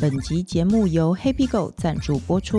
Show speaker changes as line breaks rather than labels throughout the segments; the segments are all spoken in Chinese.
本集节目由 Happy Go 赞助播出。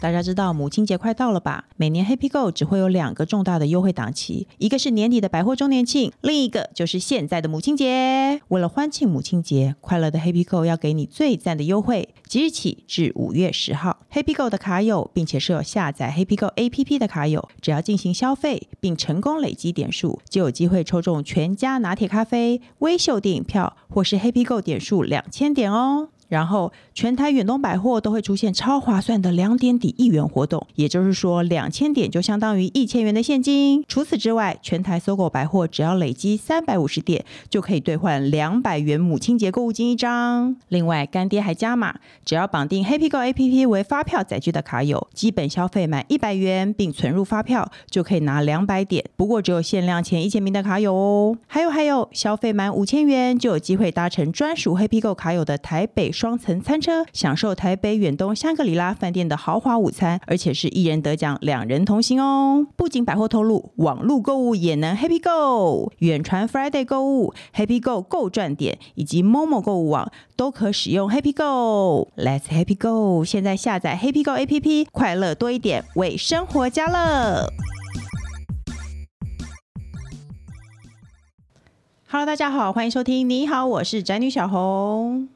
大家知道母亲节快到了吧？每年 Happy Go 只会有两个重大的优惠档期，一个是年底的百货周年庆，另一个就是现在的母亲节。为了欢庆母亲节，快乐的 Happy Go 要给你最赞的优惠。即日起至五月十号，Happy Go 的卡友，并且设有下载 Happy Go APP 的卡友，只要进行消费并成功累积点数，就有机会抽中全家拿铁咖啡、微秀电影票或是 Happy Go 点数两千点哦。然后，全台远东百货都会出现超划算的两点抵一元活动，也就是说，两千点就相当于一千元的现金。除此之外，全台搜狗百货只要累积三百五十点，就可以兑换两百元母亲节购物金一张。另外，干爹还加码，只要绑定 Happy Go APP 为发票载具的卡友，基本消费满一百元并存入发票，就可以拿两百点。不过，只有限量前一千名的卡友哦。还有还有，消费满五千元就有机会搭乘专属 Happy Go 卡友的台北。双层餐车，享受台北远东香格里拉饭店的豪华午餐，而且是一人得奖，两人同行哦。不仅百货透露，网络购物也能 Happy Go，远传 Friday 购物、Happy Go 购赚点以及 Momo 购物网都可使用 Happy Go。Let's Happy Go！现在下载 Happy Go APP，快乐多一点，为生活加乐。Hello，大家好，欢迎收听。你好，我是宅女小红。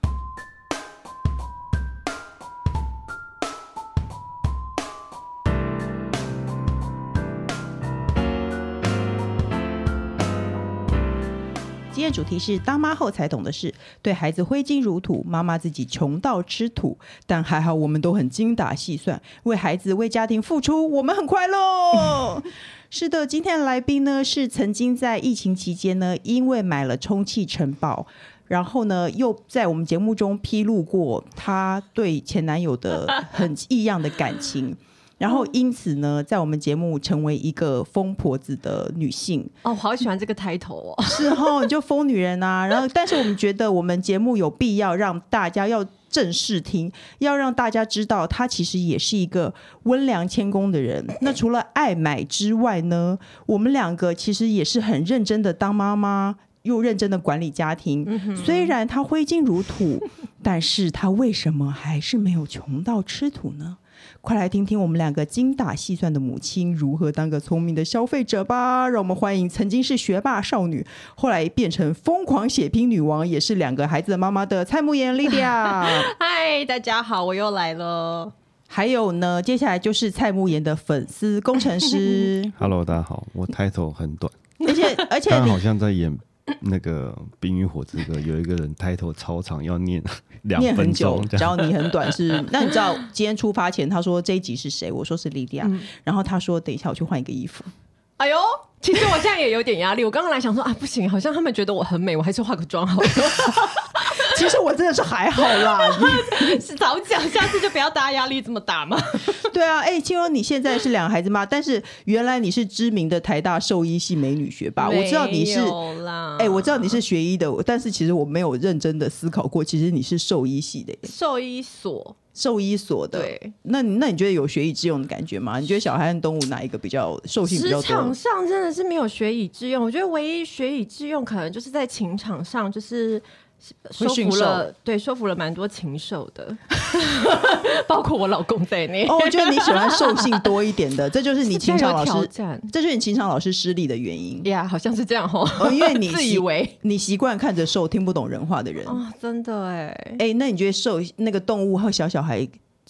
今天主题是当妈后才懂的事，对孩子挥金如土，妈妈自己穷到吃土，但还好我们都很精打细算，为孩子为家庭付出，我们很快乐。是的，今天的来宾呢是曾经在疫情期间呢，因为买了充气城堡，然后呢又在我们节目中披露过她对前男友的很异样的感情。然后因此呢，在我们节目成为一个疯婆子的女性，
哦，我好喜欢这个抬头哦。
是哦，你就疯女人啊。 然后，但是我们觉得我们节目有必要让大家要正视听，要让大家知道她其实也是一个温良谦恭的人。那除了爱买之外呢，我们两个其实也是很认真的当妈妈，又认真的管理家庭。虽然她挥金如土，但是她为什么还是没有穷到吃土呢？快来听听我们两个精打细算的母亲如何当个聪明的消费者吧！让我们欢迎曾经是学霸少女，后来变成疯狂血拼女王，也是两个孩子的妈妈的蔡慕妍 Lydia。
嗨，大家好，我又来了。
还有呢，接下来就是蔡慕妍的粉丝工程师，
Hello，大 家好，我 title 很短，
而且而且
但
你
好像在演那个《冰与火之歌》，有一个人 title 超长，要念两
念很
分
久
钟，这
只
样。？
要你很短 是。那你知道今天出发前他说这一集是谁？我说是 Lydia，、然
嗯
后他说等一下我去换一个衣服。
哎呦，其实我现在也有点压力。我刚刚来想说啊，不行，好像他们觉得我很美，我还是化个妆好了。
其实我真的是还好啦，你
是早讲，下次就不要大家压力这么大 嘛。
对啊，哎、青荣，你现在是两个孩子妈，但是原来你是知名的台大兽医系美女学霸，我知道你是
没。有啦。
哎、我知道你是学医的，但是其实我没有认真的思考过，其实你是兽医系的耶，
兽医所
兽医所的。
对，
那你那你觉得有学以致用的感觉吗？你觉得小孩和动物哪一个比较兽性比
职
较多
场？上真的是没有学以致用。我觉得唯一学以致用，可能就是在情场上，就是。
会
收
驯
服了，对，收服了蛮多禽兽的， 包括我老公在内。
哦，我觉得你喜欢兽性多一点的，这就是你情场老
挑
师，
战
这就是你情场老师失利的原因。
呀好像是这样哦。
哦，因 为你
自
习
以为
你习惯看着兽，听不懂人啊话的人。
哦，真的哎，
哎、那你觉得兽那个动物和小小孩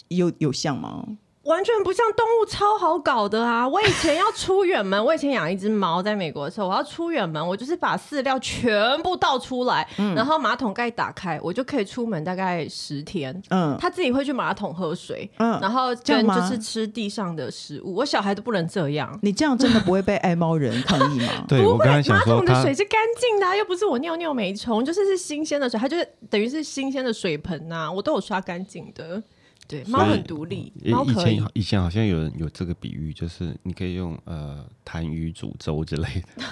有有像吗？
完全不像动物，超好搞的啊！我以前要出远门， 我以前养一只猫，在美国的时候，我要出远门，我就是把饲料全部倒出来，
嗯
然后马桶盖打开，我就可以出门大概十天。
嗯，
它自己会去马桶喝水，
嗯
然后
这样
跟
吗
就是吃地上的食物。我小孩都不能这样，
你这样真的不会被爱猫人抗议吗
对，我刚才想
马
说
桶的
他
水是干净的啊、又不是我尿尿没冲，就是是新鲜的水，它就是等于是新鲜的水盆呐、我都有刷干净的。对，猫很独立，
以
猫
以
可以
前。以前好像有人有这个比喻，就是你可以用呃痰盂煮粥之类的，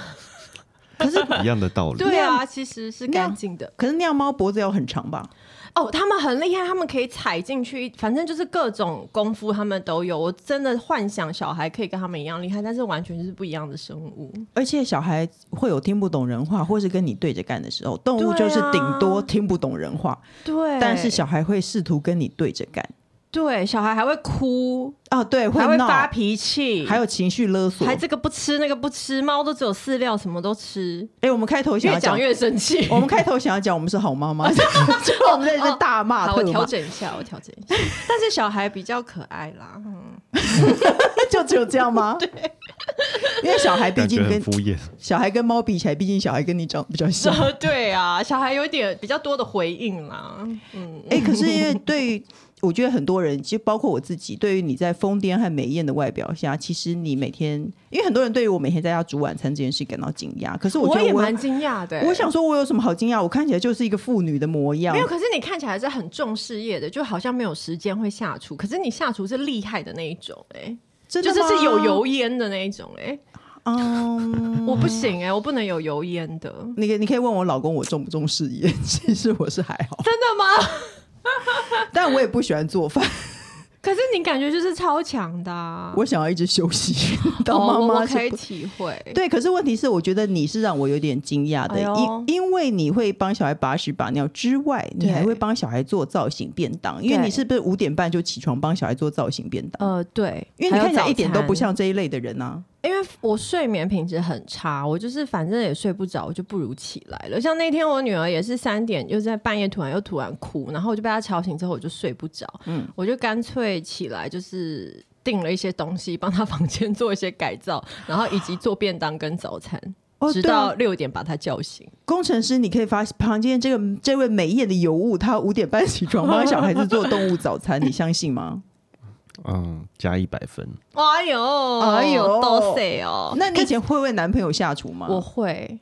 可是一样的道理。
对啊，其实是干净的。
可是那样猫脖子要很长吧？
哦，他们很厉害，他们可以踩进去，反正就是各种功夫他们都有。我真的幻想小孩可以跟他们一样厉害，但是完全就是不一样的生物。
而且小孩会有听不懂人话，或是跟你对着干的时候，动物就是顶多听不懂人话，
啊对，
但是小孩会试图跟你对着干。
对小孩还会哭，
哦，对，
还会
闹，
发脾气，
还有情绪勒索。
还这个不吃那个不吃，猫都只有饲料，什么都吃，
哎，我们开头想
越
要
讲
讲，
越生气。
我们开头想要讲我们是好妈 妈，结果我们在这边大骂
好，我
特
调
骂，
整一下，我调整一 下。但是小孩比较可爱 啦，
就只有这样 吗？对，因为小孩毕
感
竟
觉很
跟
敷衍。
小孩跟猫比起来，毕竟小孩跟你长得比较像。
对啊，小孩有一点比较多的回应啦。嗯，
哎、可是因为对于我觉得很多人，其实包括我自己，对于你在疯癫和美艳的外表下，其实你每天，因为很多人对于我每天在家煮晚餐这件事感到惊讶，可是我觉
也
得我
蛮惊讶的、欸
我想。说，我有什么好惊讶？我看起来就是一个妇女的模样
没。有，可是你看起来是很重事业的，就好像没有时间会下厨，可是你下厨是厉害的那一种、哎，
真的
就
吗
是是有油烟的那一种、哎、
嗯，
我不行哎、我不能有油烟的，
你可以你可以问我老公我重不重视业， 其实我是还好，
真的吗？
但我也不喜欢做饭，
可是你感觉就是超强的、啊，
我想要一直休 息。当
哦
妈
我
妈
我
是
可以
不
体会，
对，可是问题是，我觉得你是让我有点惊讶的，
哎呦
因因为你会帮小孩把屎把尿之外，你
对
还会帮小孩做造型便当，因为
对
你是不是五点半就起床帮小孩做造型便当？
呃，对，
因为你
还有
看起来一
早
点都不
餐
像这一类的人啊。
因为我睡眠品质很差，我就是反正也睡不着，我就不如起来了。像那天我女儿也是三点，又在半夜突然又突然哭，然后我就被她吵醒之后，我就睡不着，嗯，我就干脆起来就是。订了一些东西，帮她 房间做一些改造，然后以及做便当跟早餐，
哦，
直
对啊
到，六点把她叫醒。
工程师，你可以发旁边这个这位美艳的尤物，他五点半起床帮小孩子做动物早餐，你相信吗？
嗯，加一百分。
哎呦，
哎呦
多塞 哦！
那你以前会为男朋友下厨吗？
我会，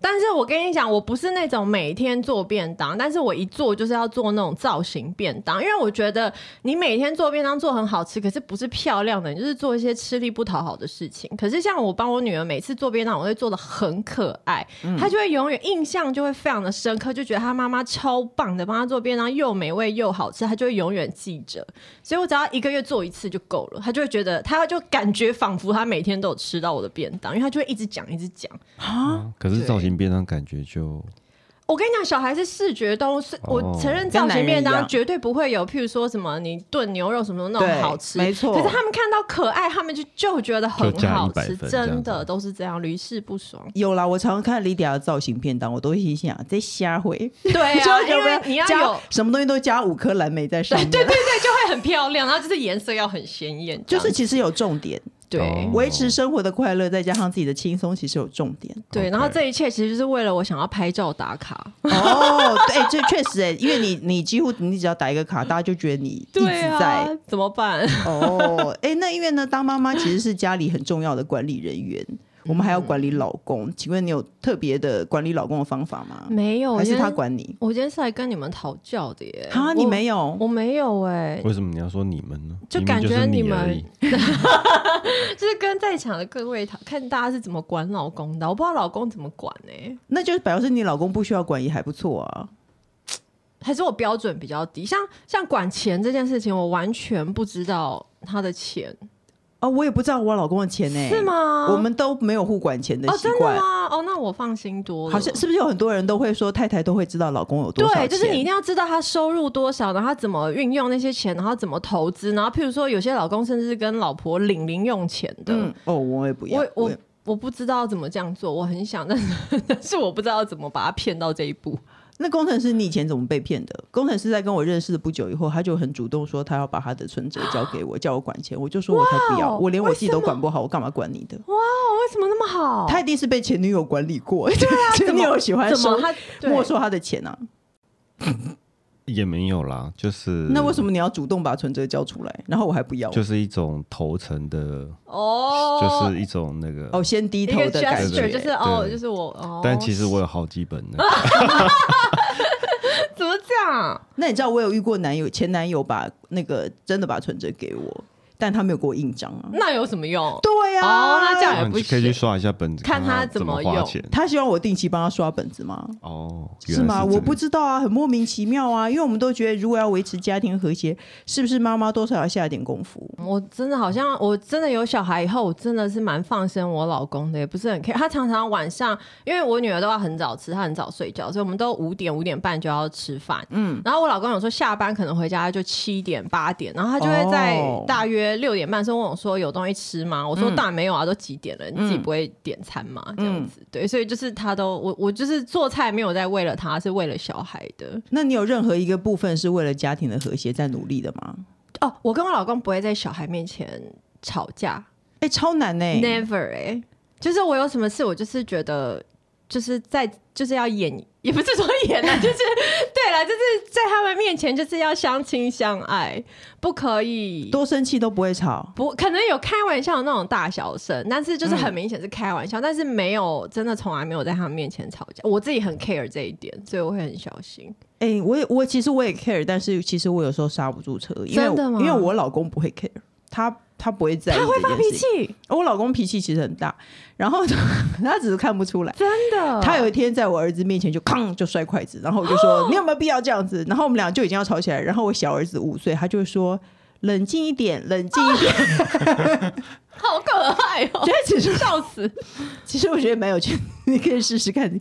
但是我跟你讲，我不是那种每天做便当，但是我一做就是要做那种造型便当，因为我觉得你每天做便当做很好吃，可是不是漂亮的，你就是做一些吃力不讨好的事情。可是像我帮我女儿每次做便当，我会做的很可爱，她就会永远印象就会非常的深刻，就觉得她妈妈超棒的，帮她做便当又美味又好吃，她就会永远记着。所以我只要一个月做一次就够了，她就会觉得，她就感觉仿佛她每天都有吃到我的便当，因为她就会一直讲一直讲。
嗯可是
对
造型便当感觉就
我跟你讲，小孩是视觉动物，是我
哦
承认造型便
跟男人一
当
样
绝对不会有，譬如说什么你炖牛肉什么那
对
种好吃，
没错。
可是他们看到可爱，他们就就觉得很
就加
好
100
吃，真
分这样
的
子
都是这样，屡试不爽
有啦，我常常看李迪亚的造型便当，我都会心想这瞎回。
对 啊，因为你要
加
有，
什么东西都加五颗蓝莓在上
对
面，
对对对，就会很漂亮，然后就是颜色要很鲜 艳，
就
这样
是其实有重点，
对
哦。
维持生活的快乐，再加上自己的轻松，其实有重 点。
对，然后
OK
这一切其实就是为了我想要拍照打卡，
哦，对，这确实哎、因为你你几乎你只要打一个卡，大家就觉得你一直
对啊
在。，
怎么办？
哦，哎、那因为呢，当妈妈其实是家里很重要的管理人员，
嗯
我们还要管理老公。请问你有特别的管理老公的方法吗？
没有，
还是
嗯我今
他
天？
管你？
我今天是来跟你们讨教的耶。
啊，你
我
没有
我没有哎，
为什么你要说你们呢？
就
明明
感觉
是
你
你
们
而已
就是跟在场的各位讨看大家是怎么管老公的，我不知道老公怎么管欸呢、
那就是表示你老公不需要管也还不错啊。
还是我标准比较低？像像管钱这件事情，我完全不知道他的钱
哦，我也不知道我老公的钱呢、
是？吗？
哎我们都没有互管钱的
哦，
习
真的
惯。
吗？哦，那我放心多了。
好像是不是有很多人都会说太太都会知道老公有多少钱？
对，就是你一定要知道他收入多少，然后他怎么运用那些钱，然后怎么投资，然后譬如说有些老公甚至是跟老婆领零用钱的，
嗯哦，我也不要，
我
我
我我不知道怎么这样做， 我很想，但是 但是我不知道怎么把他骗到这一步。
那工程师你以前怎么被骗的？工程师在跟我认识的不久以后，他就很主动说他要把他的存折交给我，叫我管钱，我就说我才不
哇
要，
哦
我连我自己都管不好，我干嘛管你的？
哦，为什么那么好？
他一定是被前女友管理过， 前女友喜欢
怎
收
么他
没收他的钱啊。
也没有啦，就是
那为什
么？
么你要主动把存折交出来，然后我还不要？
就是一种头层的，
哦，
就是一种那个
哦，先低
一
头
个
的感
gesture，
觉，
就是哦，
对
就是我哦，
但其实我有好几本呢，
怎么讲？
那你知道我有遇过男友前男友把那个真的把存折给我，但他没有给我印章啊。
那有什么用？
对呀、
哦那这样
那
也不
你可以去刷一下本子，
看
看
他
他
怎
怎
么
花
用
钱。
他希望我定期帮他刷本子吗？
哦，原
是
来
吗？
这
我不
样
知道啊，很莫名其妙啊，因为我们都觉得如果要维持家庭和谐，是不是妈妈多少要下点功夫？
我真的好像我真的有小孩以后，我真的是蛮放生我老公的，也不是很 care。他常常晚上，因为我女儿都要很早吃，她很早睡觉，所以我们都五点五点半就要吃饭。嗯，然后我老公有时候下班可能回家他就七点八点，然后他就会在
哦
大约六点半的时候问我说有东西吃吗？我说当然没有啊，都几点了，你自己不会点餐吗？这样子，对，所以就是他都我我就是做菜没有在为了他，是为了小孩的。
那你有任何一个部分是为了家庭的和谐在努力的吗？
哦，我跟我老公不会在小孩面前吵架。
哎、超难呢、
Never 哎、就是我有什么事，我就是觉得就是在就是要演， 也不是说演啊， 就是对了，就是在他们面前就是要相亲相爱，不可以。
多生气都不会吵。
不可能有开玩笑的那种大小声，但是就是很明显是开玩笑，
嗯
但是没有真的从来没有在他们面前吵架。我自己很 care 这一点，所以我会很小心。
哎、我也我其实我也 care，但是其实我有时候刹不住车，因为
真的吗
因为我老公不会 care，他他不会在意
他会
这
发
件
脾
事情。
气，
我老公脾气其实很大，然后他 只是看不出来。
真的。
他有一天在我儿子面前就哐就摔筷子，然后我就说你有没有必要这样子？然后我们俩就已经要吵起来。然后我小儿子五岁，他就说冷静一点，冷静一点。
好可爱哦、
觉得其实
笑死！
其实我觉得蛮有趣的， 你可以试试看，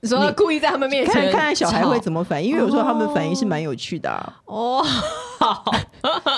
你说故意在他们面前
看看看小孩会
吵
怎么反应，因为有时候他们反应是蛮有趣的、 啊。
哦，好，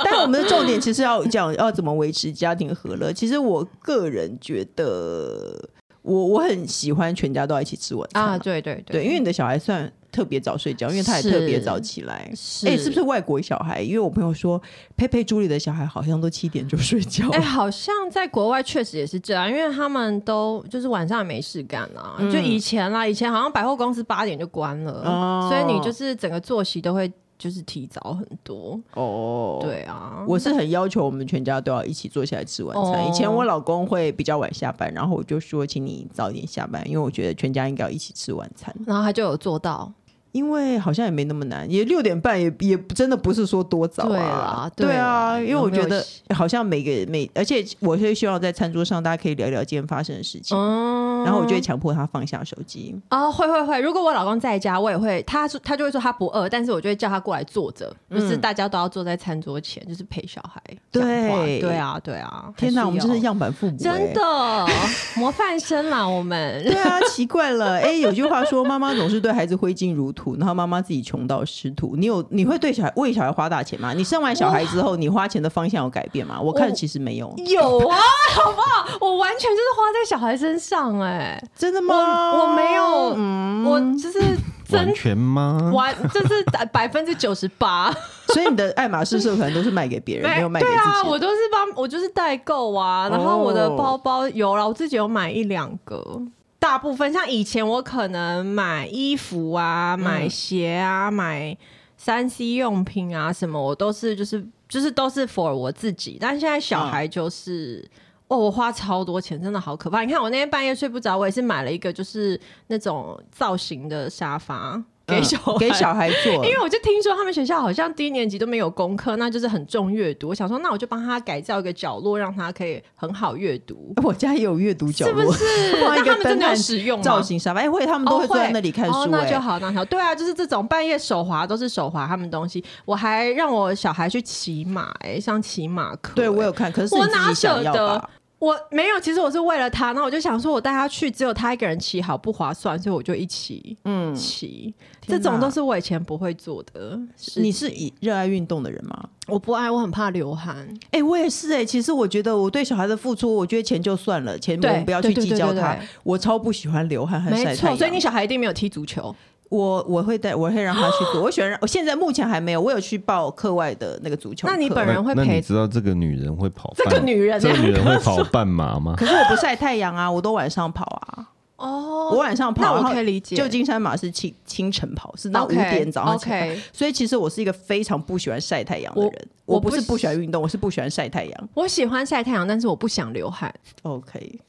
但我们的重点其实要讲要怎么维持家庭和乐。其实我个人觉得，我我很喜欢全家都要一起吃晚餐
啊，
啊，
对对对，
对，因为你的小孩算特别早睡觉，因为他也
是
特别早起来。
是
哎、是不是？外国小孩？因为我朋友说，佩佩朱莉的小孩好像都七点就睡觉了。
哎、好像在国外确实也是这样，因为他们都就是晚上也没事干啊，
嗯
就以前啦，以前好像百货公司八点就关了，
哦
所以你就是整个作息都会就是提早很多，
哦，，
对啊，
我是很要求我们全家都要一起坐下来吃晚餐。
哦
以前我老公会比较晚下班，然后我就说，请你早一点下班，因为我觉得全家应该要一起吃晚餐。
然后他就有做到，
因为好像也没那么难，也六点半也也真的不是说多早
对
啊
啦，
对
对
啊，
啦
因为我觉
有没
得
有
好像每个每，而且我是希望在餐桌上大家可以聊聊今天发生的事情，
嗯，
然后我就会强迫他放下手机。
啊，会会会，如果我老公在家，我也会，他说他就会说他不饿，但是我就会叫他过来坐着，就是大家都要坐在餐桌前，就是陪小孩讲话，
嗯对
对啊，对啊，
天哪，
还
我们真
要
是样板父母、欸，
真。的模范生啦，我们
对 啊，奇怪了，哎、有句话说，妈妈总是对孩子挥金如土，然后妈妈自己穷到失土。你有你会对小孩为小孩花大钱吗？你生完小孩之后，你花钱的方向有改变吗？我看
我
其实没有，
有啊， 好不好？我完全就是花在小孩身上哎、
真的
我
吗？嗯
我没有，我就是真
完全吗？
完，就是百分之九十八，
所以你的爱马仕社团都是卖给别人，没有卖给
对
自己的。
啊，我都是帮我就是代购啊，然后我的
哦
包包有啦，我自己有买一两个。大部分像以前我可能买衣服啊、
嗯
买鞋啊、买三 C 用品啊什么，我都是就是就是都是 for 我自己。但现在小孩就是。
嗯
哦，我花超多钱，真的好可怕！你看我那天半夜睡不着，我也是买了一个就是那种造型的沙发给
嗯
小孩、
给小孩做，
因为我就听说他们学校好像低年级都没有功课，那就是很重阅读。我想说，那我就帮他改造一个角落，让他可以很好阅读，
我家也有阅读角
是不
落，
是？
放一个
那他们
灯
真的
和
有使 用吗
造型沙发，哎、会他们都
哦
会坐在那里看
哦，
书、
那
哎、
就好，那就好。对啊，就是这种半夜手滑都是手滑他们东西。我还让我小孩去骑马、哎，上骑马课、
对我
哎
有看，可是
我
你自
哪
己想
舍
要
得
吧？？
我没有，其实我是为了他，那我就想说，我带他去，只有他一个人骑好不划算，所以我就一起
嗯，
骑。
天
这
哪
种都是我以前不会做的事情。
你是以热爱运动的人吗？
我不爱，我很怕流汗。
哎、我也是哎、其实我觉得我对小孩的付出，我觉得钱就算了，钱我
对
们不要去
对对
计较
对对
它
对。
我超不喜欢流汗和晒
没
太阳，
错，所以你小孩一定没有踢足 球。
我我会带，我会让他去做。我喜欢让，我现在目前还没有，我有去报课外的那个足球课，
那你本
那
人会
那
陪
你知道这个女人会跑
这
半？
个女
啊
人
这个
欸
女人会跑半马吗？
可是我不晒太阳啊，我都晚上跑啊。
哦
我晚上跑，
那
然
我
后
可以理解。
旧金山马是清清晨跑，是到五
OK，
点早上起来
OK
所以其实我是一个非常不喜欢晒太阳的
我
人。
我
我不
不
是
喜
不喜欢运动，我是不喜欢晒太 阳。
我喜欢晒太阳，但是我不想 流汗。
OK，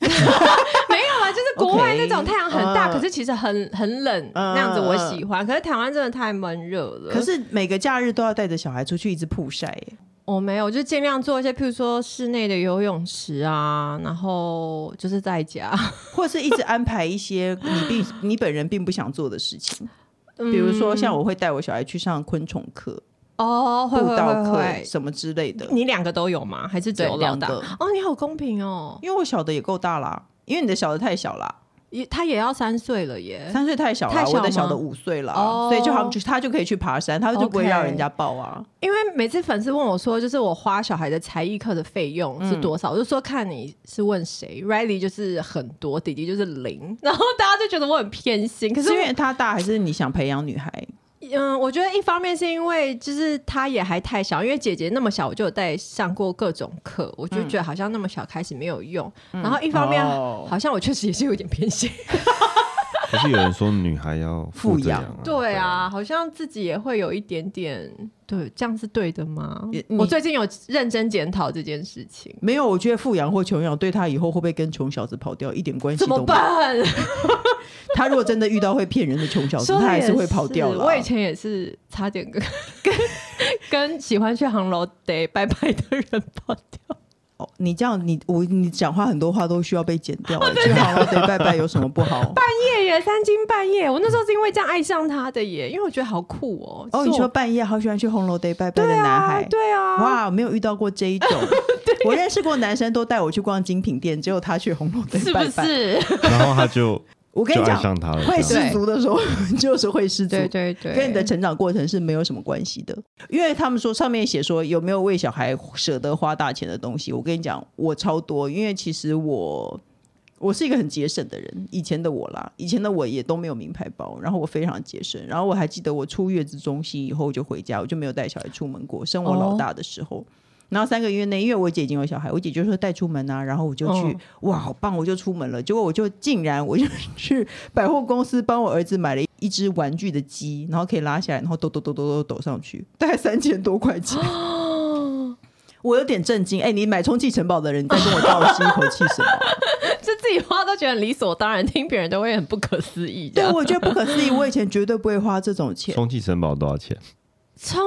没有啊，就是国外
OK，
那种太阳很大，
嗯
可是其实很很冷
嗯
那样子，我喜欢。可是台湾真的太闷热了。
可是每个假日都要带着小孩出去一直曝晒、欸
我没有，就尽量做一些，譬如说室内的游泳池啊，然后就是在家，
或者是一直安排一些你并你本人并不想做的事情，
嗯
比如说像我会带我小孩去上昆虫课、
哦，
步
会会
道
会
课
会，
什么之类的。
你两个都有吗？还是只有
对
老大
两个？
哦，你好公平哦，
因为我小的也够大啦，因为你的小的太小啦，
也他也要三岁了耶。
三岁太小啦，
呃太小
我的
吗
小的五岁啦，
哦
所以就他们就他就可以去爬山，他就不会
OK
让人家抱啊。
因为每次粉丝问我说，就是我花小孩的才艺课的费用是多少，我就说看你是问谁，Riley 就是很多，弟弟就是零， 然后大家就觉得我很偏心。可
可
是
是因
我
为他大，还是你想培养女孩？
嗯，我觉得一方面是因为就是他也还太小，因为姐姐那么小，我就有带上过各种课，我就觉得好像那么小开始没有用。然后一方面、
哦
好像我确实也是有点偏心，
可是有人说女孩要负责养、啊，
对啊，好像自己也会有一点点，对，这样是对的吗
也？你
我最近有认真检讨这件事情，
没有，我觉得富养或穷养对他以后会不会跟穷小子跑掉一点关系
怎
都没有。
么办？
他如果真的遇到会骗人的穷小子，
说
他
的
还
也
是会跑掉了。
我以前也是差点跟 跟跟喜欢去航楼得拜拜的人跑掉。
哦，你这样，你我你讲话很多话都需要被剪 掉，
啊
去好好得拜拜有什么不好？
半夜耶，三更半夜，我那时候是因为这样爱上他的耶，因为我觉得好酷哦。
哦，
是
你
我
说半夜好喜欢去红楼得拜拜的
对
男
啊
孩，，
对啊，
哇，没有遇到过这一种。 我认识过男生都带我去逛精品店，只有他去红楼得
是
拜
不
拜。
是？
啊然后他 就
我跟
就
你
爱
讲，
上他了，
会
这样
失足的时候 就是会失足，
对对对，
跟你的成长过程是没有什么关系的。因为他们说上面写说有没有为小孩舍得花大钱的东西，我跟你讲，我超多，因为其实我。我是一个很节省的人，以前的我啦，以前的我也都没有名牌包，然后我非常节省，然后我还记得我出月子中心以后我就回家，我就没有带小孩出门过，生我老大的时候，然后三个月内，因为我姐已经有小孩，我姐就说带出门啊，然后我就去，
嗯
哇，好棒，我就出门了，结果我就竟然我就去百货公司帮我儿子买了一只玩具的鸡，然后可以拉下来，然后抖抖抖抖抖抖上去，大概三千多块钱。我有点震惊，哎、你买充气城堡的人，你在跟我倒吸一口气什么啊？
就自己花都觉得很理所当然，听别人都会很不可思议这
对，
样。
我觉得不可思议，我以前绝对不会花这种 钱。
充气城堡多少钱？
充，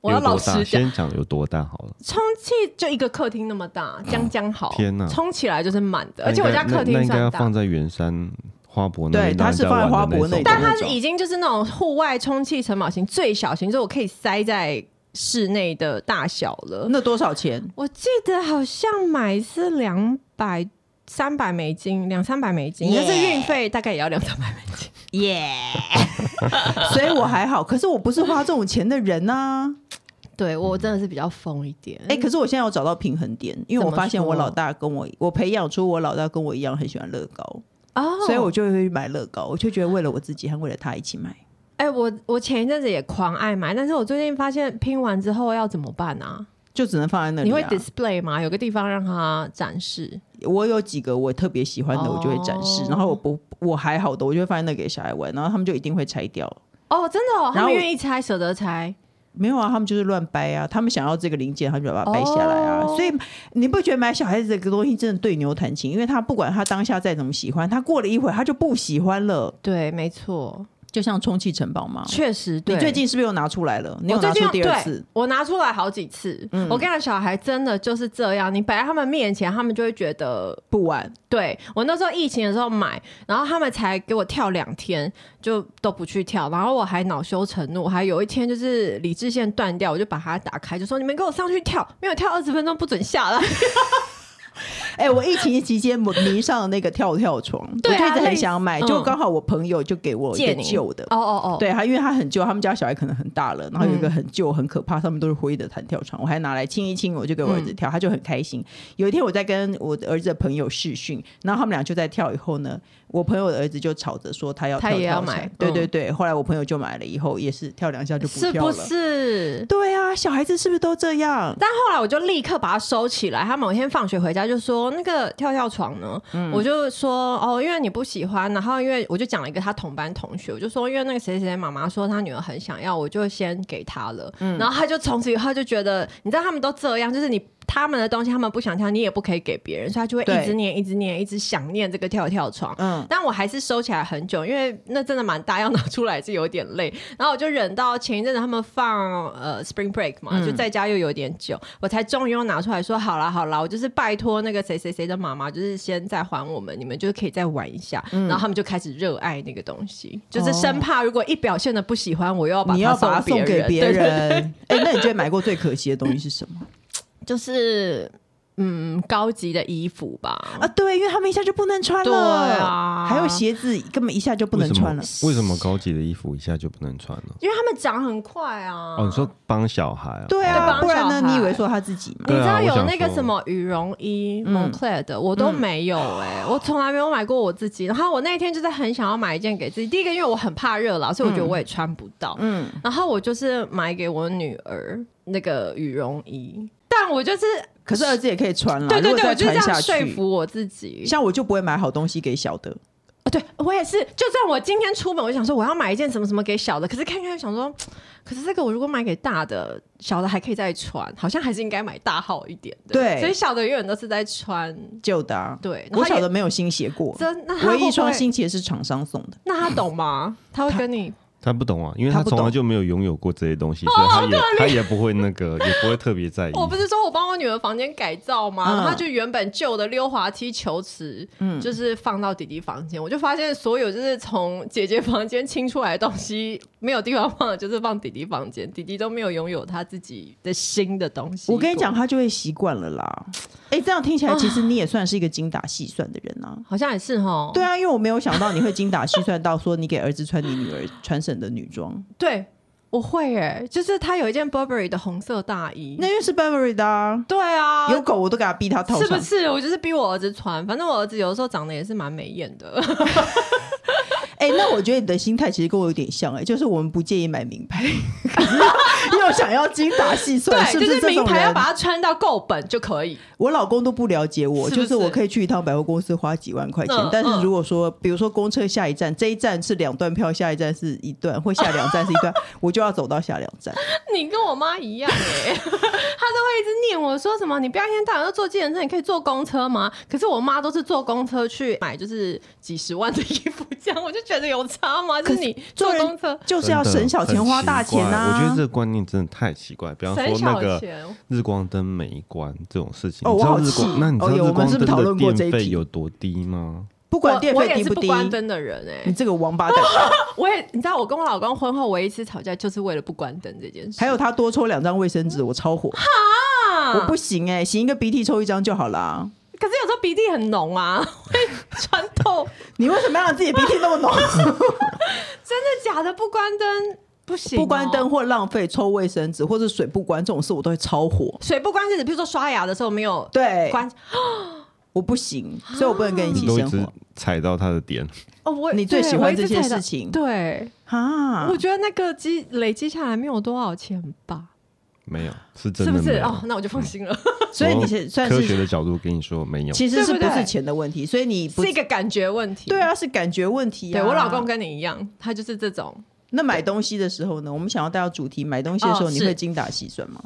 我要
有多
老
大
实讲，
先讲有多大好了。
充气就一个客厅那么大，将将好，
天哪
充起来就是满的，而且我家
那应该
客厅
那那应该
算
要
大
放。在圆山花博那
对
里，
它是
让人
放在
家玩的
花博那里
种
但它
那
是
种
已经就是那种户外充气城堡型最小型，就是我可以塞在室内的大小了。
那多少钱？
我记得好像买是两百三百美金，两三百美金，
Yeah
但是运费大概也要两三百美金。
耶、 所以我还好，可是我不是花这种钱的人啊。
对我真的是比较疯一点，
哎、可是我现在有找到平衡点，因为我
嗯怎么
发现我
说
老大跟我，我培养出我老大跟我一样很喜欢乐高，
哦
所以我就会去买乐高，我就觉得为了我自己和为了他一起买。
哎、我我前一阵子也狂爱买，但是我最近发现拼完之后要怎么办啊？
就只能放在那
你
里、
会
啊。
display 吗？有个地方让它展示？
我有几个我特别喜欢的，我就会展示。
哦
然后我不我还好的，我就会放在那给小孩玩，然后他们就一定会拆掉。
哦，真的、哦，
然
他
后
们愿意拆，舍得拆。
没有啊，他们就是乱掰啊，他们想要这个零件，他们就把它掰下来啊。
哦
所以你不觉得买小孩子这个东西真的对牛弹琴？因为他不管他当下再怎么喜欢，他过了一会儿他就不喜欢了。
对，没错，
就像充气城堡嘛，
确实。对
你最近是不是又拿出来了？你
我
有
最
拿
近
出
有
第二次
对？我拿出来好几次。
嗯
我跟你讲，小孩真的就是这样，你摆在他们面前，他们就会觉得。
不玩，
对我那时候疫情的时候买，然后他们才给我跳两天，就都不去跳，然后我还恼羞成怒，我还有一天就是理智线断掉，我就把它打开，就说你们给我上去跳，没有跳二十分钟不准下 来。
哎、我疫情期间我迷上了那个跳跳床，
对啊
我就一直
类
很
似
想买，
嗯
就刚好我朋友就给我一
借
个
你
旧的，
哦嗯哦哦，
对，他因为他很旧，他们家小孩可能很大了，然后有一个很旧、很可怕，上面都是灰的弹跳床，我还拿来亲一亲，我就给我
嗯
儿子跳，他就很开心。有一天我在跟我的儿子的朋友试训，然后他们俩就在跳，以后呢，我朋友的儿子就吵着说他要
他
跳
也要
跳伞
买
对
嗯
对对，后来我朋友就买了，以后也是跳两下就不
是
跳
不
了。
是？
对啊，小孩子是不是都这样？
但后来我就立刻把它收起来。他某天放学回家就说：“那个跳跳床呢？”我就说：“哦，因为你不喜欢。”然后因为我就讲了一个他同班同学，我就说：“因为那个谁谁谁妈妈说她女儿很想要，我就先给她了。然后他就从此以后就觉得，你知道他们都这样，就是你他们的东西他们不想跳，你也不可以给别人，所以他就会
对
一直念，一直念，一直想念这个跳跳床。
嗯，
但我还是收起来很久，因为那真的蛮大，要拿出来是有点累。 然后我就忍到前一阵子他们放呃 Spring Break 嘛，
嗯
就在家又有点久，我才终于又拿出来说好啦好啦，我就是拜托那个谁谁谁的妈妈，就是先再还我们，你们就可以再玩一下。
嗯
然后他们就开始热爱那个东西，就是生怕如果一表现的不喜欢，我又要把
哦你要把
它
它送给
别
别
对对对
人。哎、那你觉得买过最可惜的东西是什么？
就是嗯高级的衣服吧。
啊，对，因为他们一下就不能穿了，
对啊
还有鞋子根本一下就不能穿了
为。什么为什么高级的衣服一下就不能穿了？
因为他们长很快啊！
哦，你说帮小孩啊？
对啊，
对帮
不然呢？
小孩
你以为说他自己吗？
你知道
对啊我
有
想
那个
说
什么羽绒衣
嗯
Moncler 的，我都没有哎、我从来没有买过我自己。然后我那一天就是很想要买一件给自己，第一个因为我很怕热啦，所以我觉得我也穿不到。
嗯，
然后我就是买给我女儿那个羽绒衣，但我就是
可是儿子也可以穿了，
对对对，
嗯如果
我
再
就是
穿
这
下
样说
去。
服我自己。
像我就不会买好东西给小的，
哦，对我也是，就算我今天出门，我想说我要买一件什么什么给小的，可是看看又想说，嗯可是这个我如果买给大的，小的还可以再穿，好像还是应该买大号一点的。
对
所以小的永远都是在穿。
旧的、啊。
对，然
我
后
小
也
的没有新鞋过，
真那他
唯
会
一一
不
双
会
新鞋是厂商送的。
那他懂 吗？他会跟你
他不懂啊，因为他
他不懂哦
从来就没有拥有过这些东西，所以他也他也不会那个，也不会特 别在意。
我不是说我帮我女儿房间改造吗？
嗯
然后她就原本旧的溜滑梯球池，就是放到弟弟房间，我就发现所有就是从姐姐房间清出来的东西，没有地方放，就是放弟弟房间，弟弟都没有拥有他自己的新的东西。
我跟你讲，，他就会习惯了啦。哎、这样听起来，其实你也算是一个精打细算的人啊。
好像也是哦。
对啊，因为我没有想到你会精打细算到说你给儿子穿你女儿穿省的女装，
对，我会诶、就是他有一件 Burberry 的红色大衣，
那因为是 Burberry 的、啊，
对啊，
有狗我都给他逼他套
是不
上。
是？我就是逼我儿子穿，反正我儿子有的时候长得也是蛮美艳的。
哎、那我觉得你的心态其实跟我有点像、哎，就是我们不介意买名牌， 可是又想要精打细算，
对，
不是
就
这
名
种
牌要
人
把？它穿到够本就可以。
我老公都不了解我，
是不
就是是我可以去一趟百货公司花几万块钱，
嗯
但是如果说，比如说公车下一站，这一站是两段票，下一站是一段，或下两站是一段， 我就要走到下两站。
你跟我妈一样 哎、她都会一直念我说什么，你不要一天到晚都坐计程车，你可以坐公车吗？可是我妈都是坐公车去买，就是几十万的衣服，这样我就觉得有差吗？就是你坐
人
公车
就是要省小钱花大钱
真的很奇怪我觉得
啊
这！个观念真的太奇怪。比方
省
说
小
那个
钱，
日光灯没关这种事情，
哦
你知道
我好
日
气
光那你知
哦
道
有
日
我们
光
是不是
灯
讨论
的
过这一
电费
题
有多低吗？
不管电
我
费
也
低
是不
低，
关灯的人哎、
你这个王八蛋！
我也你知道，我跟我老公婚后唯一一次吵架就是为了不关灯这件事。
还有他多抽两张卫生纸，我超火，
啊，
我不行哎、擤一个鼻涕抽一张就好啦。
可是有时候鼻涕很浓啊， 会穿 透。
你为什么要让自己鼻涕那么 浓？
哦真的假的？不关灯不行哦、
不关灯或浪费抽卫生纸或者水不关这种事，我都会超火。
水不关是指，比如说刷牙的时候没有
对，
关。
我不行，所以我不能跟你一
你
起
都一
生
直
活
踩到他的点，
哦，我
你最
对
喜欢
我一直
这些
踩到
事情
对，
啊
我！觉得那个积累积下来没有多少钱吧？
没有是真
是
的
不
没有。
是？哦，那我就放心了，
所以你
我
是算
哦科学
是
的角度跟你说没有，
其实是
对
不
不
是
对
钱的问题，所以你不
是一个感觉问题。
对。啊，是感觉问题、啊。
对我老公跟你一样，他就是这种
那买东西的时候呢，我们想要带到主题，买东西的时候
哦
你
是
会精打细算吗？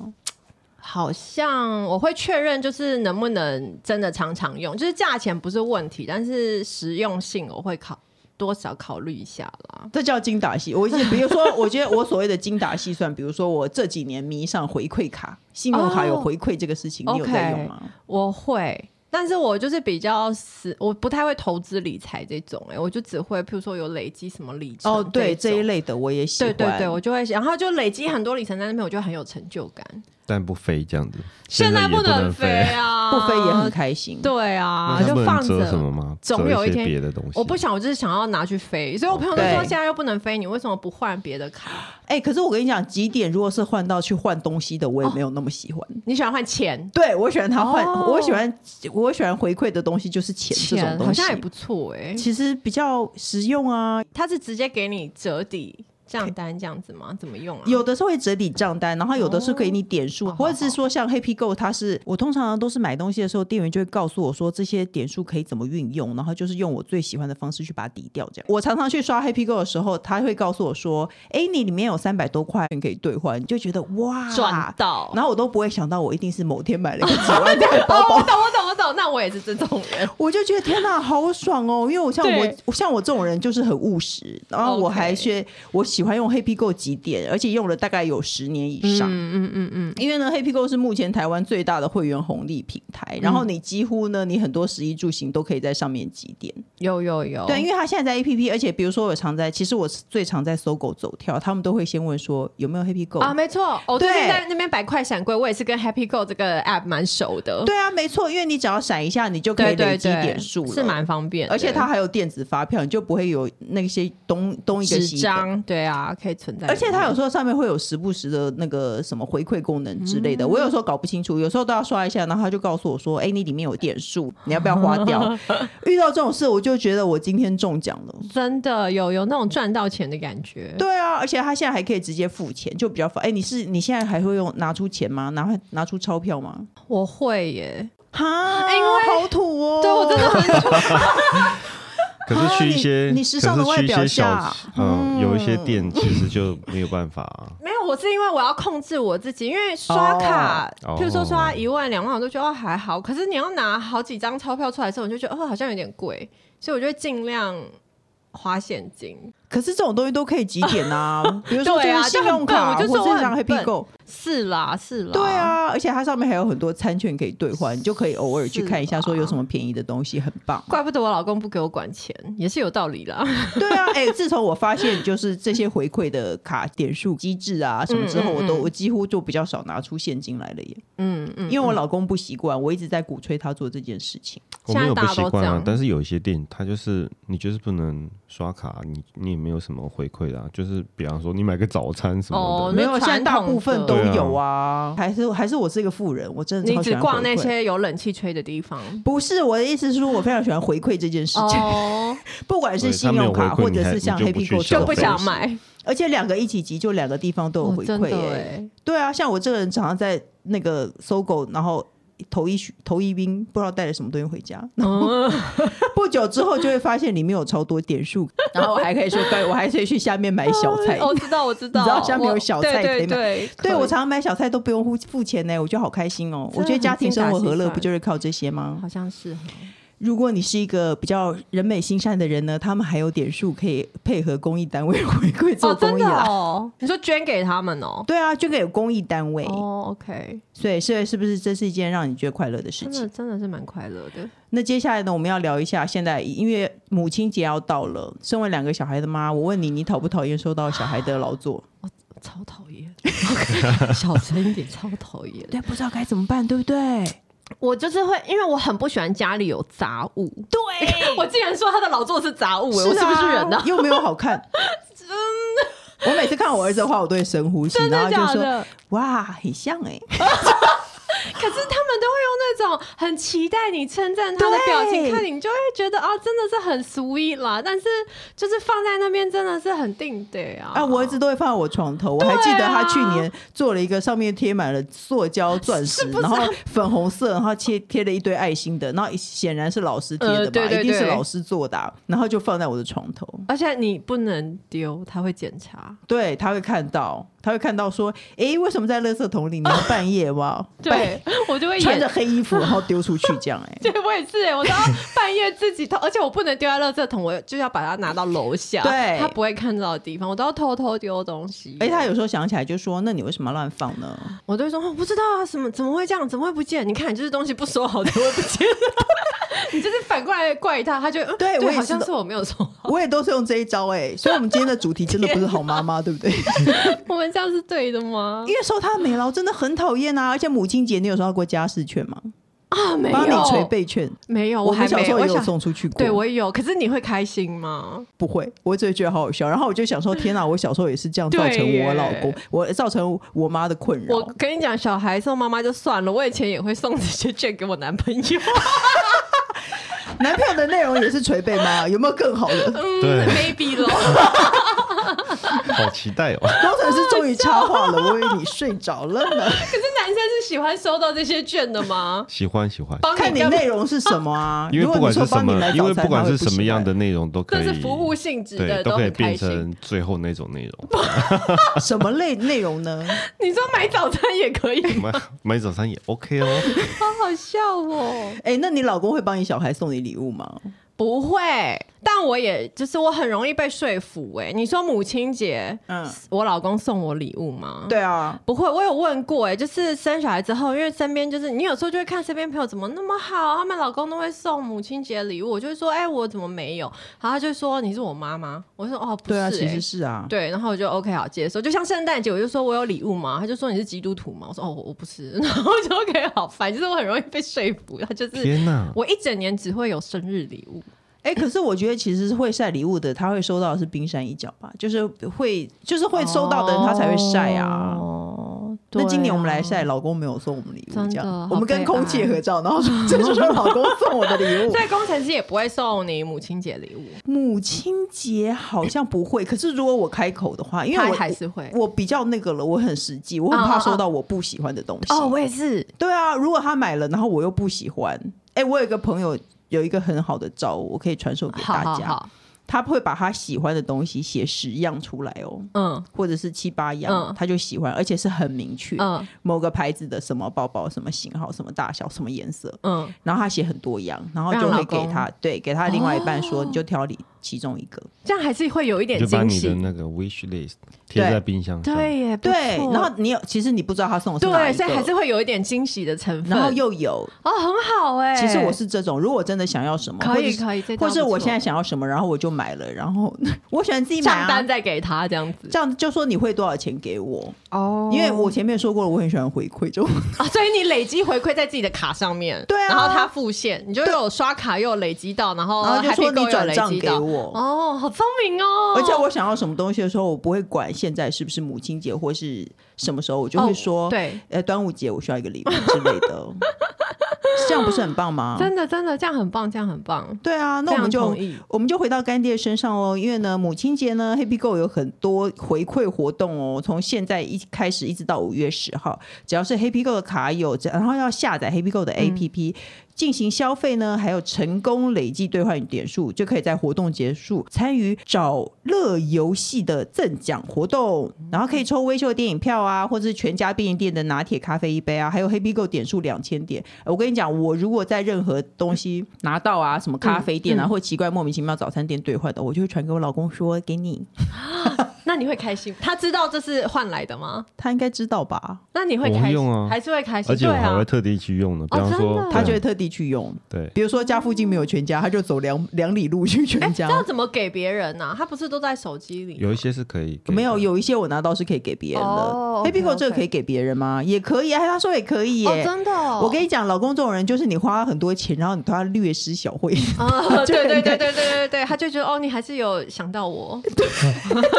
好像我会确认，就是能不能真的常常用，就是价钱不是问题，但是实用性我会考多少考虑一下啦。
这叫精打细。我一直比如说， 我觉得我所谓的精打细算，比如说我这几年迷上回馈卡，信用卡有回馈这个事情，你有在用吗？
我会，但是我就是比较死，我不太会投资理财这种、欸，我就只会，譬如说有累积什么里程
哦，对，
这
这
一
一
种。
类的我也喜
对
欢。
对对，我就会，然后就累积很多里程在那边，我就很有成就感。
但不飞这样子。
现
在也
不
能
飞啊，
不飞也很开心。
对啊，
那他
就
不
放
能折
着
什。么吗？
总
折
有一
些
天
别的东西。
我不想，我就是想要拿去飞，所以我朋友都
哦对
说现在又不能飞，你为什么不换别的卡？
哎、可是我跟你讲，几点如果是换到去换东西的，我也没有那么喜欢。
你喜欢换钱？
对，我喜欢他换，
哦
我喜欢我喜欢回馈的东西就是钱这种
钱
东西，
好像也不错哎、
其实比较实用啊。
它是直接给你折抵账单这样子吗？怎么用啊？
有的时候会折抵账单，然后有的是给你点数，
哦
或者是说像 Happy Go，它是我通常都是买东西的时候，店员就会告诉我说这些点数可以怎么运用，然后就是用我最喜欢的方式去把它抵掉。这样，我常常去刷 Happy Go 的时候，他会告诉我说：“哎、你里面有三百多块你可以兑换。”你就觉得哇
赚。到。
然后我都不会想到，我一定是某天买了一个几万块的包包
我，懂，我懂，我懂。那我也是这种人。
我就觉得天哪，好爽哦！因为我像
对
我像我这种人就是很务实，然后我
OK
还学我喜欢用黑皮购几点，而且用了大概有十年以上。
嗯嗯嗯
因为呢，黑皮购是目前台湾最大的会员红利平台，然后你几乎呢，你很多食衣住行都可以在上面积点。
有有有。
对，因为它现在在 APP，而且比如说我常在，其实我最常在搜狗走跳，他们都会先问说有没有黑皮购
啊，没错，我最
对
近在那边摆快闪柜，我也是跟 Happy Go 这个 app 蛮熟的。
对啊，没错，因为你只要闪一下，你就可以
对
累
对
积
对，
点数了，
是蛮方便的，
而且它还有电子发票，你就不会有那些东东一个
纸
西一个。
张，对啊，可以存在里面。
而且它有时候上面会有时不时的那个什么回馈功能之类的，我有时候搞不清楚，有时候都要刷一下，然后他就告诉我说：“哎、你里面有点 数，你要不要花掉？” 遇到这种事，我就觉得我今天中奖了。
真的有有那种赚到钱的感觉。
对啊，而且他现在还可以直接付钱，就比较方。哎、你是你现在还会用拿出钱吗？拿 拿出钞票吗？
我会耶，
哈，
哎因为
好土哦！
对我真的很
可是去一
啊
些，
你你时尚的
可是去一些
外表
小
下
吃，嗯，有一些店其实就没有办法啊。
没有，我是因为我要控制我自己，因为刷卡，
哦
譬如说刷一万、两万，我都觉得哦还好。可是你要拿好几张钞票出来的时候，我就觉得哦好像有点贵，所以我就会尽量花现金。
可是这种东西都可以几点 啊，比如说就
对啊
是信用卡，
就很笨我就说
或者
我
是像
很
Happy
笨
Go，
是啦，是啦，。
对，啊，而且它上面还有很多餐券可以兑换，你就可以偶尔去看一下，说有什么便宜的东西，很棒
怪不得我老公不给我管钱，也是有道 理啦。
对啊，哎、自从我发现就是这些回馈的卡点数机制啊什么之后，
嗯嗯
我都我几乎就比较少拿出现金来了耶，
嗯嗯，
因为我老公不习惯，我一直在鼓吹他做这件事情。
我没有不
现在大家
习
都
惯
这
啊
样，
但是有一些店，它就是你就是不能刷卡，你你也没有什么回馈啊。就是比方说你买个早餐什么
哦
的，
没
那
有，现在大部分都
传统的
有啊，还是还是我是一个富人，我真的
你
超喜
只
欢
逛
回
那
馈。
些有冷气吹的地方。
不是我的意思是说，我非常喜欢回馈这件事情，
哦，
不管是
对
信
他没
用
有
卡，
回馈
或者
你还
是像
你就
Happy
不
Go 这
去消
就
种
不
费
方
想
式
买，
而且两个一起集就两个地方都有回
哦真的
馈、耶。
耶
对啊，像我这个人常常在那个搜狗，然后投一许投一兵，不知道带了什么东西回家，然后
哦
不久之后就会发现里面有超多点 数，然后我还可以说，对我还可以去下面买小菜。
我哦知道，我知道，
你知道下面有
我
小菜可以
对对
买
对，
对，
可以
我常常买小菜都不用付付钱呢、我觉得好开心哦！
真的
我觉得家庭生活和乐
很精打细算
不就是靠这些吗？
好像是哈。
如果你是一个比较人美心善的人呢，他们还有点数可以配合公益单位回馈做
哦，真
公益
的
啦。
哦，你说捐给他们哦。
对啊，捐给有公益单位，
哦，OK，
所以所以是不是这是一件让你觉得快乐的事
真
情
的？真的是蛮快乐的。
那接下来呢，我们要聊一下现在，因为母亲节要到了，身为两个小孩的妈，我问你，你讨不讨厌收到小孩的劳作？
超讨 厌，小声一点，超讨厌。
对，不知道该怎么办，对不对？
我就是会，因为我很不喜欢家里有杂物。对， 我竟然说他的老作是杂物、
啊
欸，我是不是人呢、
又没有好看， 真的。我每次看我儿子的话，我都会深呼吸，
真
然后
的假
就说：“
的？
哇，很像哎、
可是他们都会用那种很期待你称赞他的表情
对
看你，就会觉得啊，真的是很 sweet 啦。但是就是放在那边真的是很定得啊。
啊，我儿子都会放在我床头。我还记得他去年做了一个上面贴满了塑胶钻石，然后粉红色，然后贴贴了一堆爱心的，然后显然是老师贴的
呃
吧，
对对
一定是
对
老师做的啊、然后就放在我的床头。
而且你不能丢，他会检查。
对他会看到，他会看到说，诶，为什么在垃圾桶里？ 你要半夜哇，半，
对， 我就会
穿着
演。
黑衣服然后丢出去这样、 诶。
对，我也是哎，我都要半夜自己偷，而且我不能丢在垃圾桶，我就要把它拿到楼下，
对
他不会看到的地方，我都要偷偷丢东西。
哎，他有时候想起来就说，那你为什么要乱放呢？
我都会说哦不知道啊，什么怎么会这样，怎么会不见？你看，你就是东西不收好，怎么会不见？ 你就是反过来怪他，他就嗯
对我也
好
是
像
的
是我没有收好，
我也都是用这一招哎、诶所以我们今天的主题真的不是好妈妈，对不对？
我们这样是对的吗
因？为收他的美劳真的很讨厌啊！而且母亲节你有收到过家事券吗？
啊，没
帮你捶
有，
背券，
没有，
我
还
们小
没，
时候也有
想，
送出去过。
对我也有，可是你会开心吗？
不会，我只会觉得好好笑。然后我就想说，天 哪！我小时候也是这样，
对
造成我
耶
老公，我造成我妈的困扰。
我跟你讲，小孩送妈妈就算了，我以前也会送这些券给我男朋友，
男朋友 的内容也是捶背吗？有没有更好的？
嗯
对
，maybe 咯。
好期待哦！
工程师终于插话了，我以为你睡着了呢。
可是男生是喜欢收到这些券的吗？
喜欢喜 欢，
帮
看你
干嘛
内容是什么 啊？
因为
如果
不
你
管是
说
什
帮你
么，
买
因为
早餐
不管是什么样
他
的内容都可
这
以，
是服务性质的
对，
都
可以
很开
变
心
成最后那种内容。
会不喜欢什么类内容呢？
你说买早餐也可以，
买买早餐也 OK 哦，
好好笑哦。
哎、那你老公会帮你小孩送你礼物吗？
不会，但我也就是我很容易被说服、哎，你说母亲节，
嗯，
我老公送我礼物吗？。
对啊，
不会，我有问过哎、就是生小孩之后，因为身边就是你有时候就会看身边朋友怎么那么好，他们老公都会送母亲节礼物，我就会说哎、我怎么没有？然后他就说哦你是我妈妈，我说哦不是、
对
欸，
啊，其实是啊，
对，然后我就 OK 好接受，就像圣诞节，我就说我有礼物嘛，他就说你是基督徒嘛，我说哦我我不是， 然后我就 OK 好烦，就是我很容易被说服，他就是
天哪！
我一整年只会有生日礼物，
哎、可是我觉得其实是会晒礼物的，他会收到的是冰山一角吧，就是会就是会收到的人他才会晒啊。
哦，
那今年
对啊
我们来晒，老公没有送我们礼物，
真的
这样
好
我们跟
悲
空气合照，然后 说这就是老公送我的礼物。
对啊工程师也不会送你母亲节礼物，
母亲节好像不会，可是如果我开口的话，因为
他
我
还是会。
我比较那个了，我很实际，我很怕
哦哦
收到我不喜欢的东西。
哦，我也是，
对啊，如果他买了，然后我又不喜欢，哎、我有一个朋友有一个很好的招，我可以传授给
好
大
好
家。
好，
他会把他喜欢的东西写十样出来哦，
嗯
或者是七八样，
嗯
他就喜欢，而且是很明确，
嗯
某个牌子的什么包包、什么型号、什么大小、什么颜色，
嗯，
然后他写很多样，然后
让
就会
老
给
公
他，对，给他另外一半说，
哦
你就挑里其中一个。
这样还是会有一
你
点
就把
惊
你
喜
的，那个 wish list 贴
对
在冰箱上，
对耶，不
对，
错
然后你有，其实你不知道他送的是哪
对，
一个，
所以还是会有一点惊喜的成分，
然后又有，
哦，很好哎，
其实我是这种，如果我真的想要什么，
可
或者
以
是
可以，这
或
招
是
不
我
错
现在想要什么，然后我就买了，然后 我喜欢自己买
账
啊
单，再给他这样子
这样就说你会多少钱给我，
哦
因为我前面说过了，我很喜欢回馈，就
啊，所以你累积回馈在自己的卡上面，
对啊
然后他付现，你就又有刷卡又有累积到，然后
然后就说
Happy Go
你转账
又有累积
给
到
我。
哦，好聪明 哦，
而且我想要什么东西的时候，我不会管现在是不是母亲节或是什么时候，我就会说，
哦对，
呃，端午节我需要一个礼物之类 的，这样不是很棒吗？
真的真的这样很棒，这样很棒，
对啊，那
非
我们
常
就
同意
我们就回到干爹身上喽，因为呢，母亲节呢，Happy Go 有很多回馈活动哦，从现在一开始一直到五月十号，只要是 Happy Go 的卡友，只然后要下载 Happy Go 的
嗯
APP、进行消费呢，还有成功累计兑换点数，就可以在活动结束参与找乐游戏的赠奖活动，然后可以抽微秀的电影票啊，或者是全家便利店的拿铁咖啡一杯啊，还有 Happy Go 点数两千点。呃我跟你讲，我如果在任何东西拿到啊，什么咖啡店啊，或奇怪莫名其妙早餐店兑换的，我就会传给我老公说给你，
那你会开心？他知道这是换来的吗？
他应该知道吧？
那你会
我会
开心
用啊
还是会开心？
而且我
对
还
啊
会，特地去用呢。比方
真
说
的，
对
他就会特地去用。
对
比如说家附近没有全家，他就走两两里路去全
这
家。
样怎么给别人呢？他不是都在手机里？
有一些是可以给的，
没有，有一些我拿到是可以给别人的
哦。
Happy Go
OK，OK
这个可以给别人吗？也可以啊，他说也可以
哦，
耶。
真的哦，
我跟你讲，老公这种人就是你花很多钱，然后你对他略施小 惠，
啊，
就
对对
应该
对对对对对，他就觉得哦，你还是有想到我，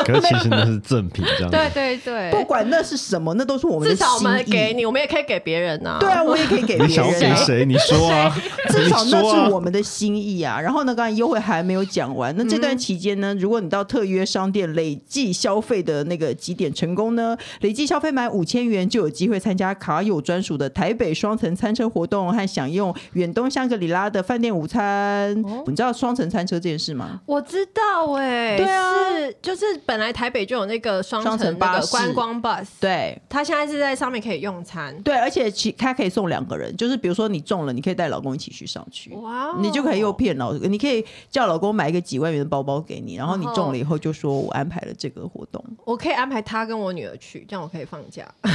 可是其实那是正品这样子。
对对对，
不管那是什么，那都是我们的
至少我们
心
给
意。
你，我们也可以给别人呐、
对啊，我也可以给别
你想要
人
给
啊。
谁？你说啊，
至少
你
那
说啊
是我们的心意啊。然后呢，刚才优惠还没有讲完。
嗯
那这段期间呢，如果你到特约商店累计消费的那个几点成功呢，累计消费满五千元就有机会参加卡友专属的台北双层餐车活动，和享用远东香格里拉的饭店午餐。
哦
你知道双层餐车这件事吗？
我知道哎、
对啊
是就是本来台北就有那个双
双
层
层
那
巴
个
士
观光 bus，
对。
他现在是在上面可以用餐，
对，而且其他可以送两个人，就是比如说你中了，你可以带老公一起去上去，
哇哦
你就可以诱骗老，你可以叫老公买一个几万元的包包给你，然后你中
哦
了以后就说我安排了这个活动。
我可以安排他跟我女儿去，这样我可以放假。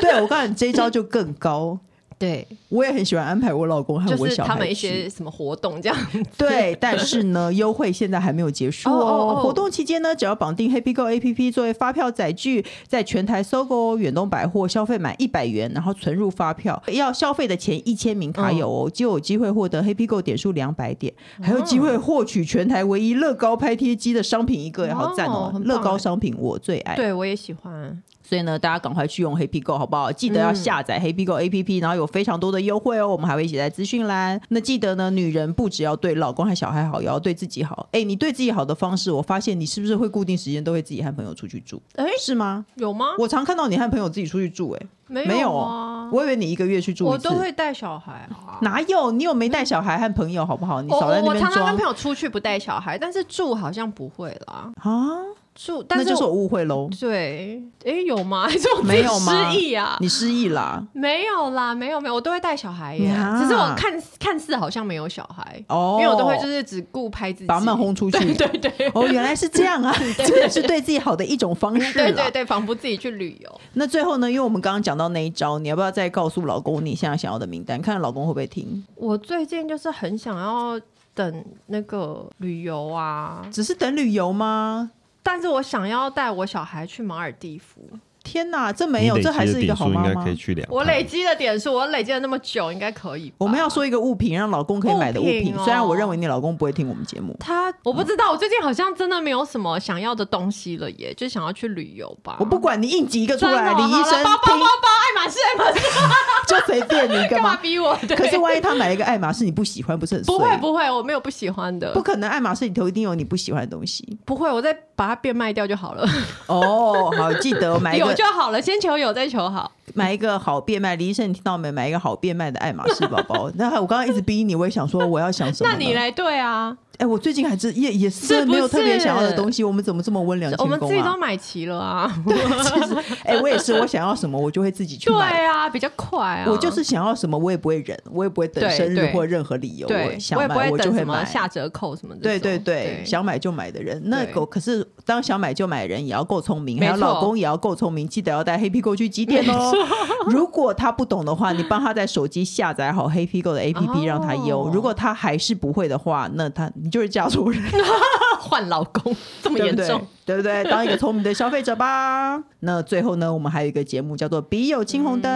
对我告诉你，这一招就更高。
对，
我也很喜欢安排我老公和
就
我
是
小
他
孩
们一
去
些什么活动这样。
对，但是呢，优惠现在还没有结束哦。
哦哦哦
活动期间呢，只要绑定 Happy Go APP 作为发票载具，在全台搜狗、远东百货消费满一百元，然后存入发票，要消费的前一千名卡友哦，就有机会获得 Happy Go 点数两百点，
哦
还有机会获取全台唯一乐高拍贴机的商品一个，好赞
哇哦
哦！
很棒
乐高
哎
商品我最爱。
对我也喜欢，
所以呢，大家赶快去用 Happy Go 好不好？记得
嗯
要下载 Happy Go APP，、然后有非常多的优惠哦，我们还会写在资讯栏。那记得呢，女人不只要对老公和小孩好，也要对自己好。哎，你对自己好的方式，我发现你是不是会固定时间都会自己和朋友出去住？
哎
是吗？
有吗？
我常看到你和朋友自己出去住、哎，
没
没有
啊
哦，，我以为你一个月去住
我
一次。
都会带小孩啊。
哪有？你有没带小孩和朋友好不好？你
我
少在
我
那
我
边
常常
装
跟朋友出去不带小孩，但是住好像不会啦。
啊！
住，但
那
是
就是我误会喽，
对，哎，有吗？ 还是我自己
没有吗
失忆啊？
你失忆啦。
没有啦，没有没有，我都会带小孩耶。
呀
只是我看看似好像没有小孩，
哦，
因为我都会就是只顾拍自己，
把他们轰出去。
对对对
哦，原来是这样 啊，这也是对自己好的一种方式
对
啦
对。对，仿佛自己去旅游。
那最后呢，因为我们刚刚讲到那一招，你要不要再告诉老公你现在想要的名单，看老公会不会听？
我最近就是很想要等那个旅游啊，
只是等旅游吗？
但是我想要带我小孩去马尔蒂夫。
天哪，这没有，
你累积
这
的
还是一个
点数
好妈
应该
妈
可。以去两趟。
我累积的点数，我累积了那么久，应该可以吧。
我们要说一个物品，让老公可以买的物
物
品
品。哦
虽然我认为你老公不会听我们节目，
他，我不知道，我最近好像真的没有什么想要的东西了耶，就想要去旅游吧。
我不管你应急一个出
真的
来，
哦
李医
好
生
了包包包
听
包，爱马仕爱马仕，
就随便你一个
干嘛
嘛。
逼我？对
可是万一他买了一个爱马仕，你不喜欢，不是很
不会
衰
不会，我没有不喜欢的，
不
不
可能，爱马仕里头一定有你不喜欢的东 西。
不会，我再把它变卖掉就好了，
哦，好，记得我 买一
有
个
就好了，先求有再求好。
买一个好变卖。李医生，你听到没？买一个好变卖的爱马仕包 包。那我刚刚一直逼你，我也想说我要想什么？
那你？来对啊，
哎，我最近还是也也是
是
真的没有
不是
特别想要的东西。我们怎么这么温良
我
谦
们自
恭
己都
啊？
买齐 了啊，
哎，我也是，我想要什么我就会自己去
对
买。
啊，比较快啊。
我就是想要什么，我也不会忍，我也不会等
对
生日
对
或任何理由，
对，
想
我也不
买
会
我就
等
会
什么
买。
下折扣什么的。
对对对，想买就买的人，那
对
狗可是当想买就买的人也要够聪明，还
没
有老
错
公也要够聪明，记得要带黑皮狗去几点哦。 如果他不懂的话，你帮他在手机下载好黑皮狗的 APP 让他用。
哦
如果他还是不会的话，那他你就是嫁错人，
换老公这 么
对
严
不对
重，？
对不对？当一个聪明的消费者吧。 那最后呢，我们还有一个节目叫做《笔友青红灯》，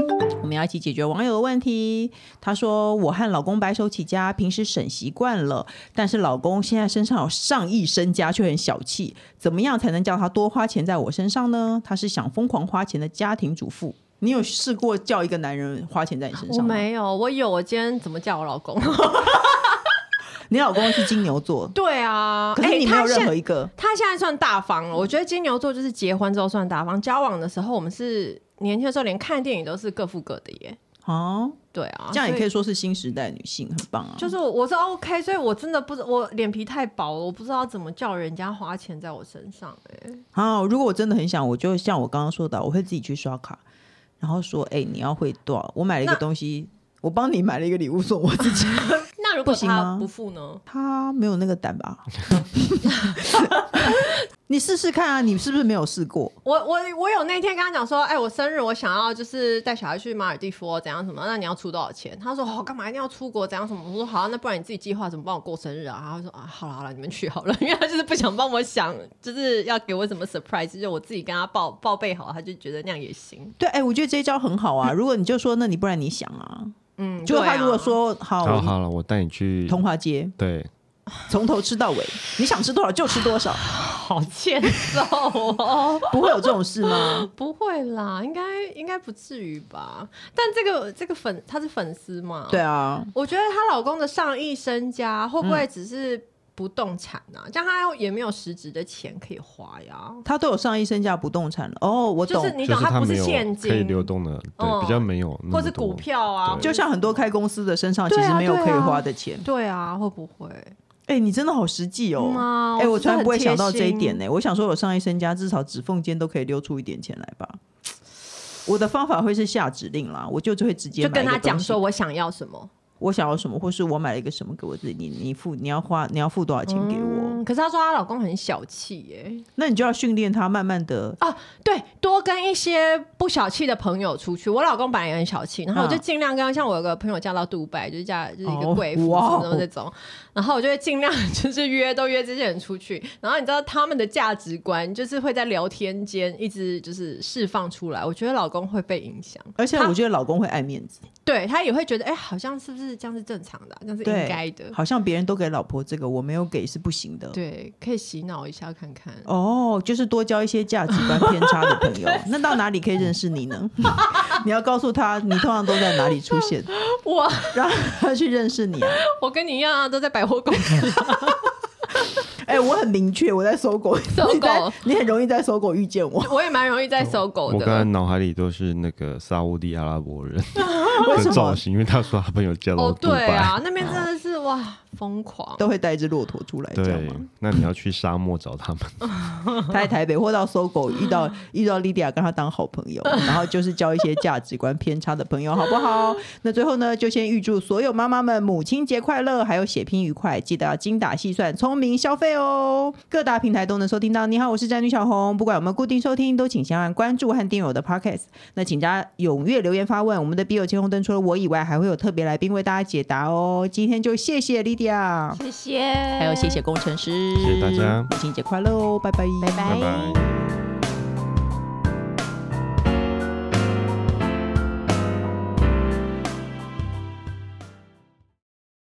嗯
我们要一起解决网友的问题。她说：“我和老公白手起家，平时省习惯了，但是老公现在身上有上亿身家，却很小气，怎么样才能叫他多花钱在我身上呢？他是想疯狂花钱的家庭主妇。你有试过叫一个男人花钱在你身
我
上吗？
没有，我有，我今天怎么叫我老公？，
你老公是金牛座
对啊，
可是
哎
你没有
他现
任何一个。
他现在算大方了，我觉得金牛座就是结婚之后算大方，交往的时候我们是年轻的时候连看电影都是各付各的耶。
哦，
对啊，
这样也可
所嗯
以说是新时代女性，很棒啊！
就是我我是 OK，所以我真的不知我脸皮太薄了，我不知道怎么叫人家花钱在我身上、哎，
好，如果我真的很想，我就像我刚刚说的，我会自己去刷卡，然后说，哎、你要汇多少？我买了一个
那
东西，我帮你买了一个礼物送我自己，
那如
不
果
行吗
他不付呢？
他没有那个胆吧？ 你试试看啊，你是不是没有试过？
我我我有那天跟他讲说，哎、我生日我想要就是带小孩去马尔蒂夫哦怎样什么，那你要出多少钱？他说哦，干嘛一定要出国怎样什么？我说好、啊那不然你自己计划怎么帮我过生日啊？然后他说啊，好了好了，你们去好了， 因为他就是不想帮我想，就是要给我什么 surprise，就我自己跟他报报备好，他就觉得那样也行。
对，哎、我觉得这一招很好啊。如果你就说，那你不然你想啊？
嗯，
就
对啊
他如果说好，
好
我
好了，我带你去。
通化街
对，
从头吃到尾，你想吃多少就吃多少，
好欠揍哦，
不会有这种事吗？
不会啦，应该应该不至于吧？但这个这个粉他是粉丝嘛？
对啊，
我觉得她老公的上亿身家会不
嗯
会只是不动产啊？这样她也没有实质的钱可以花呀。
他都有上亿身价不动产了。哦，我
就
懂，
是你
就
懂，
是
它
他
不
没有
现金
可以流动的，
嗯
对，比较没有那么多，
或是股票啊，
对
就像很多开公司的身上其
对
实
啊
没有
对
可以
啊
花的钱。
对啊，会不会？
哎、你真的好实际哦！
嗯啊
哎、
我
我
是
从来
很
不会
贴
想到这一
心
点呢、我想说，我上一身家至少指缝间都可以溜出一点钱来吧。我的方法会是下指令啦，我就就会直接
就跟
买一
他
个东
讲
西
说我想要什么，
我想要什么，或是我买了一个什么给我自己，你你付你要花你要付多少钱给我，
嗯，可是她说她老公很小气耶。
那你就要训练他慢慢的。
啊，对，多跟一些不小气的朋友出去。我老公本来也很小气，然后我就
嗯
尽量跟、像我有个朋友嫁到杜拜，就是嫁就是一
哦
个贵妇
哇
什
哦
么什么这种，然后我就会尽量 就是约都约这些人出去。然后你知道他们的价值观就是会在聊天间一直就是释放出来，我觉得老公会被影响。
而且
他
我觉得老公会爱面子，
对他也会觉得，哎、好像是不是这样是正常的啊、这样是应
对
该的，
好像别人都给老婆这个，我没有给是不行的。
对，可以洗脑一下看看。
哦，就是多交一些价值观偏差的朋 友。那到哪里可以认识你呢？ 你要告诉他你通常都在哪里出现，
我
让他去认识你啊。
我跟你一样啊，都在百货公司。
哎、我很明确，我在搜狗，
搜狗
你在你很容易在搜狗遇见 我。
我也蛮容易在搜狗
我刚才
的。
脑海里都是那个沙乌地阿拉伯人
为
的
什
造
么
型，因为他说他朋友嫁到
哦，
杜
对
拜。
啊，那边真的是哇疯狂。
都会带一只骆驼出来，这样
对
吗？，
那你要去沙漠找他们，
他在台北或到搜狗遇到遇到莉迪亚，跟他当好朋友，然后就是交一些价值观偏差的朋友，好不好？那最后呢，就先预祝所有妈妈们母亲节快乐，还有血拼愉快，记得要精打细算、聪明消费哦。各大平台都能收听到。你好，我是宅女小红，不管有没有固定收听，都请先按关注和订阅我的 Podcast。那请大家踊跃留言发问，我们的笔友千红灯除了我以外，还会有特别来宾为大家解答哦。今天就谢谢莉迪亚，
谢谢，
还有谢谢工程师，
谢谢大家
母亲节快乐哦，拜拜，
拜拜
拜拜。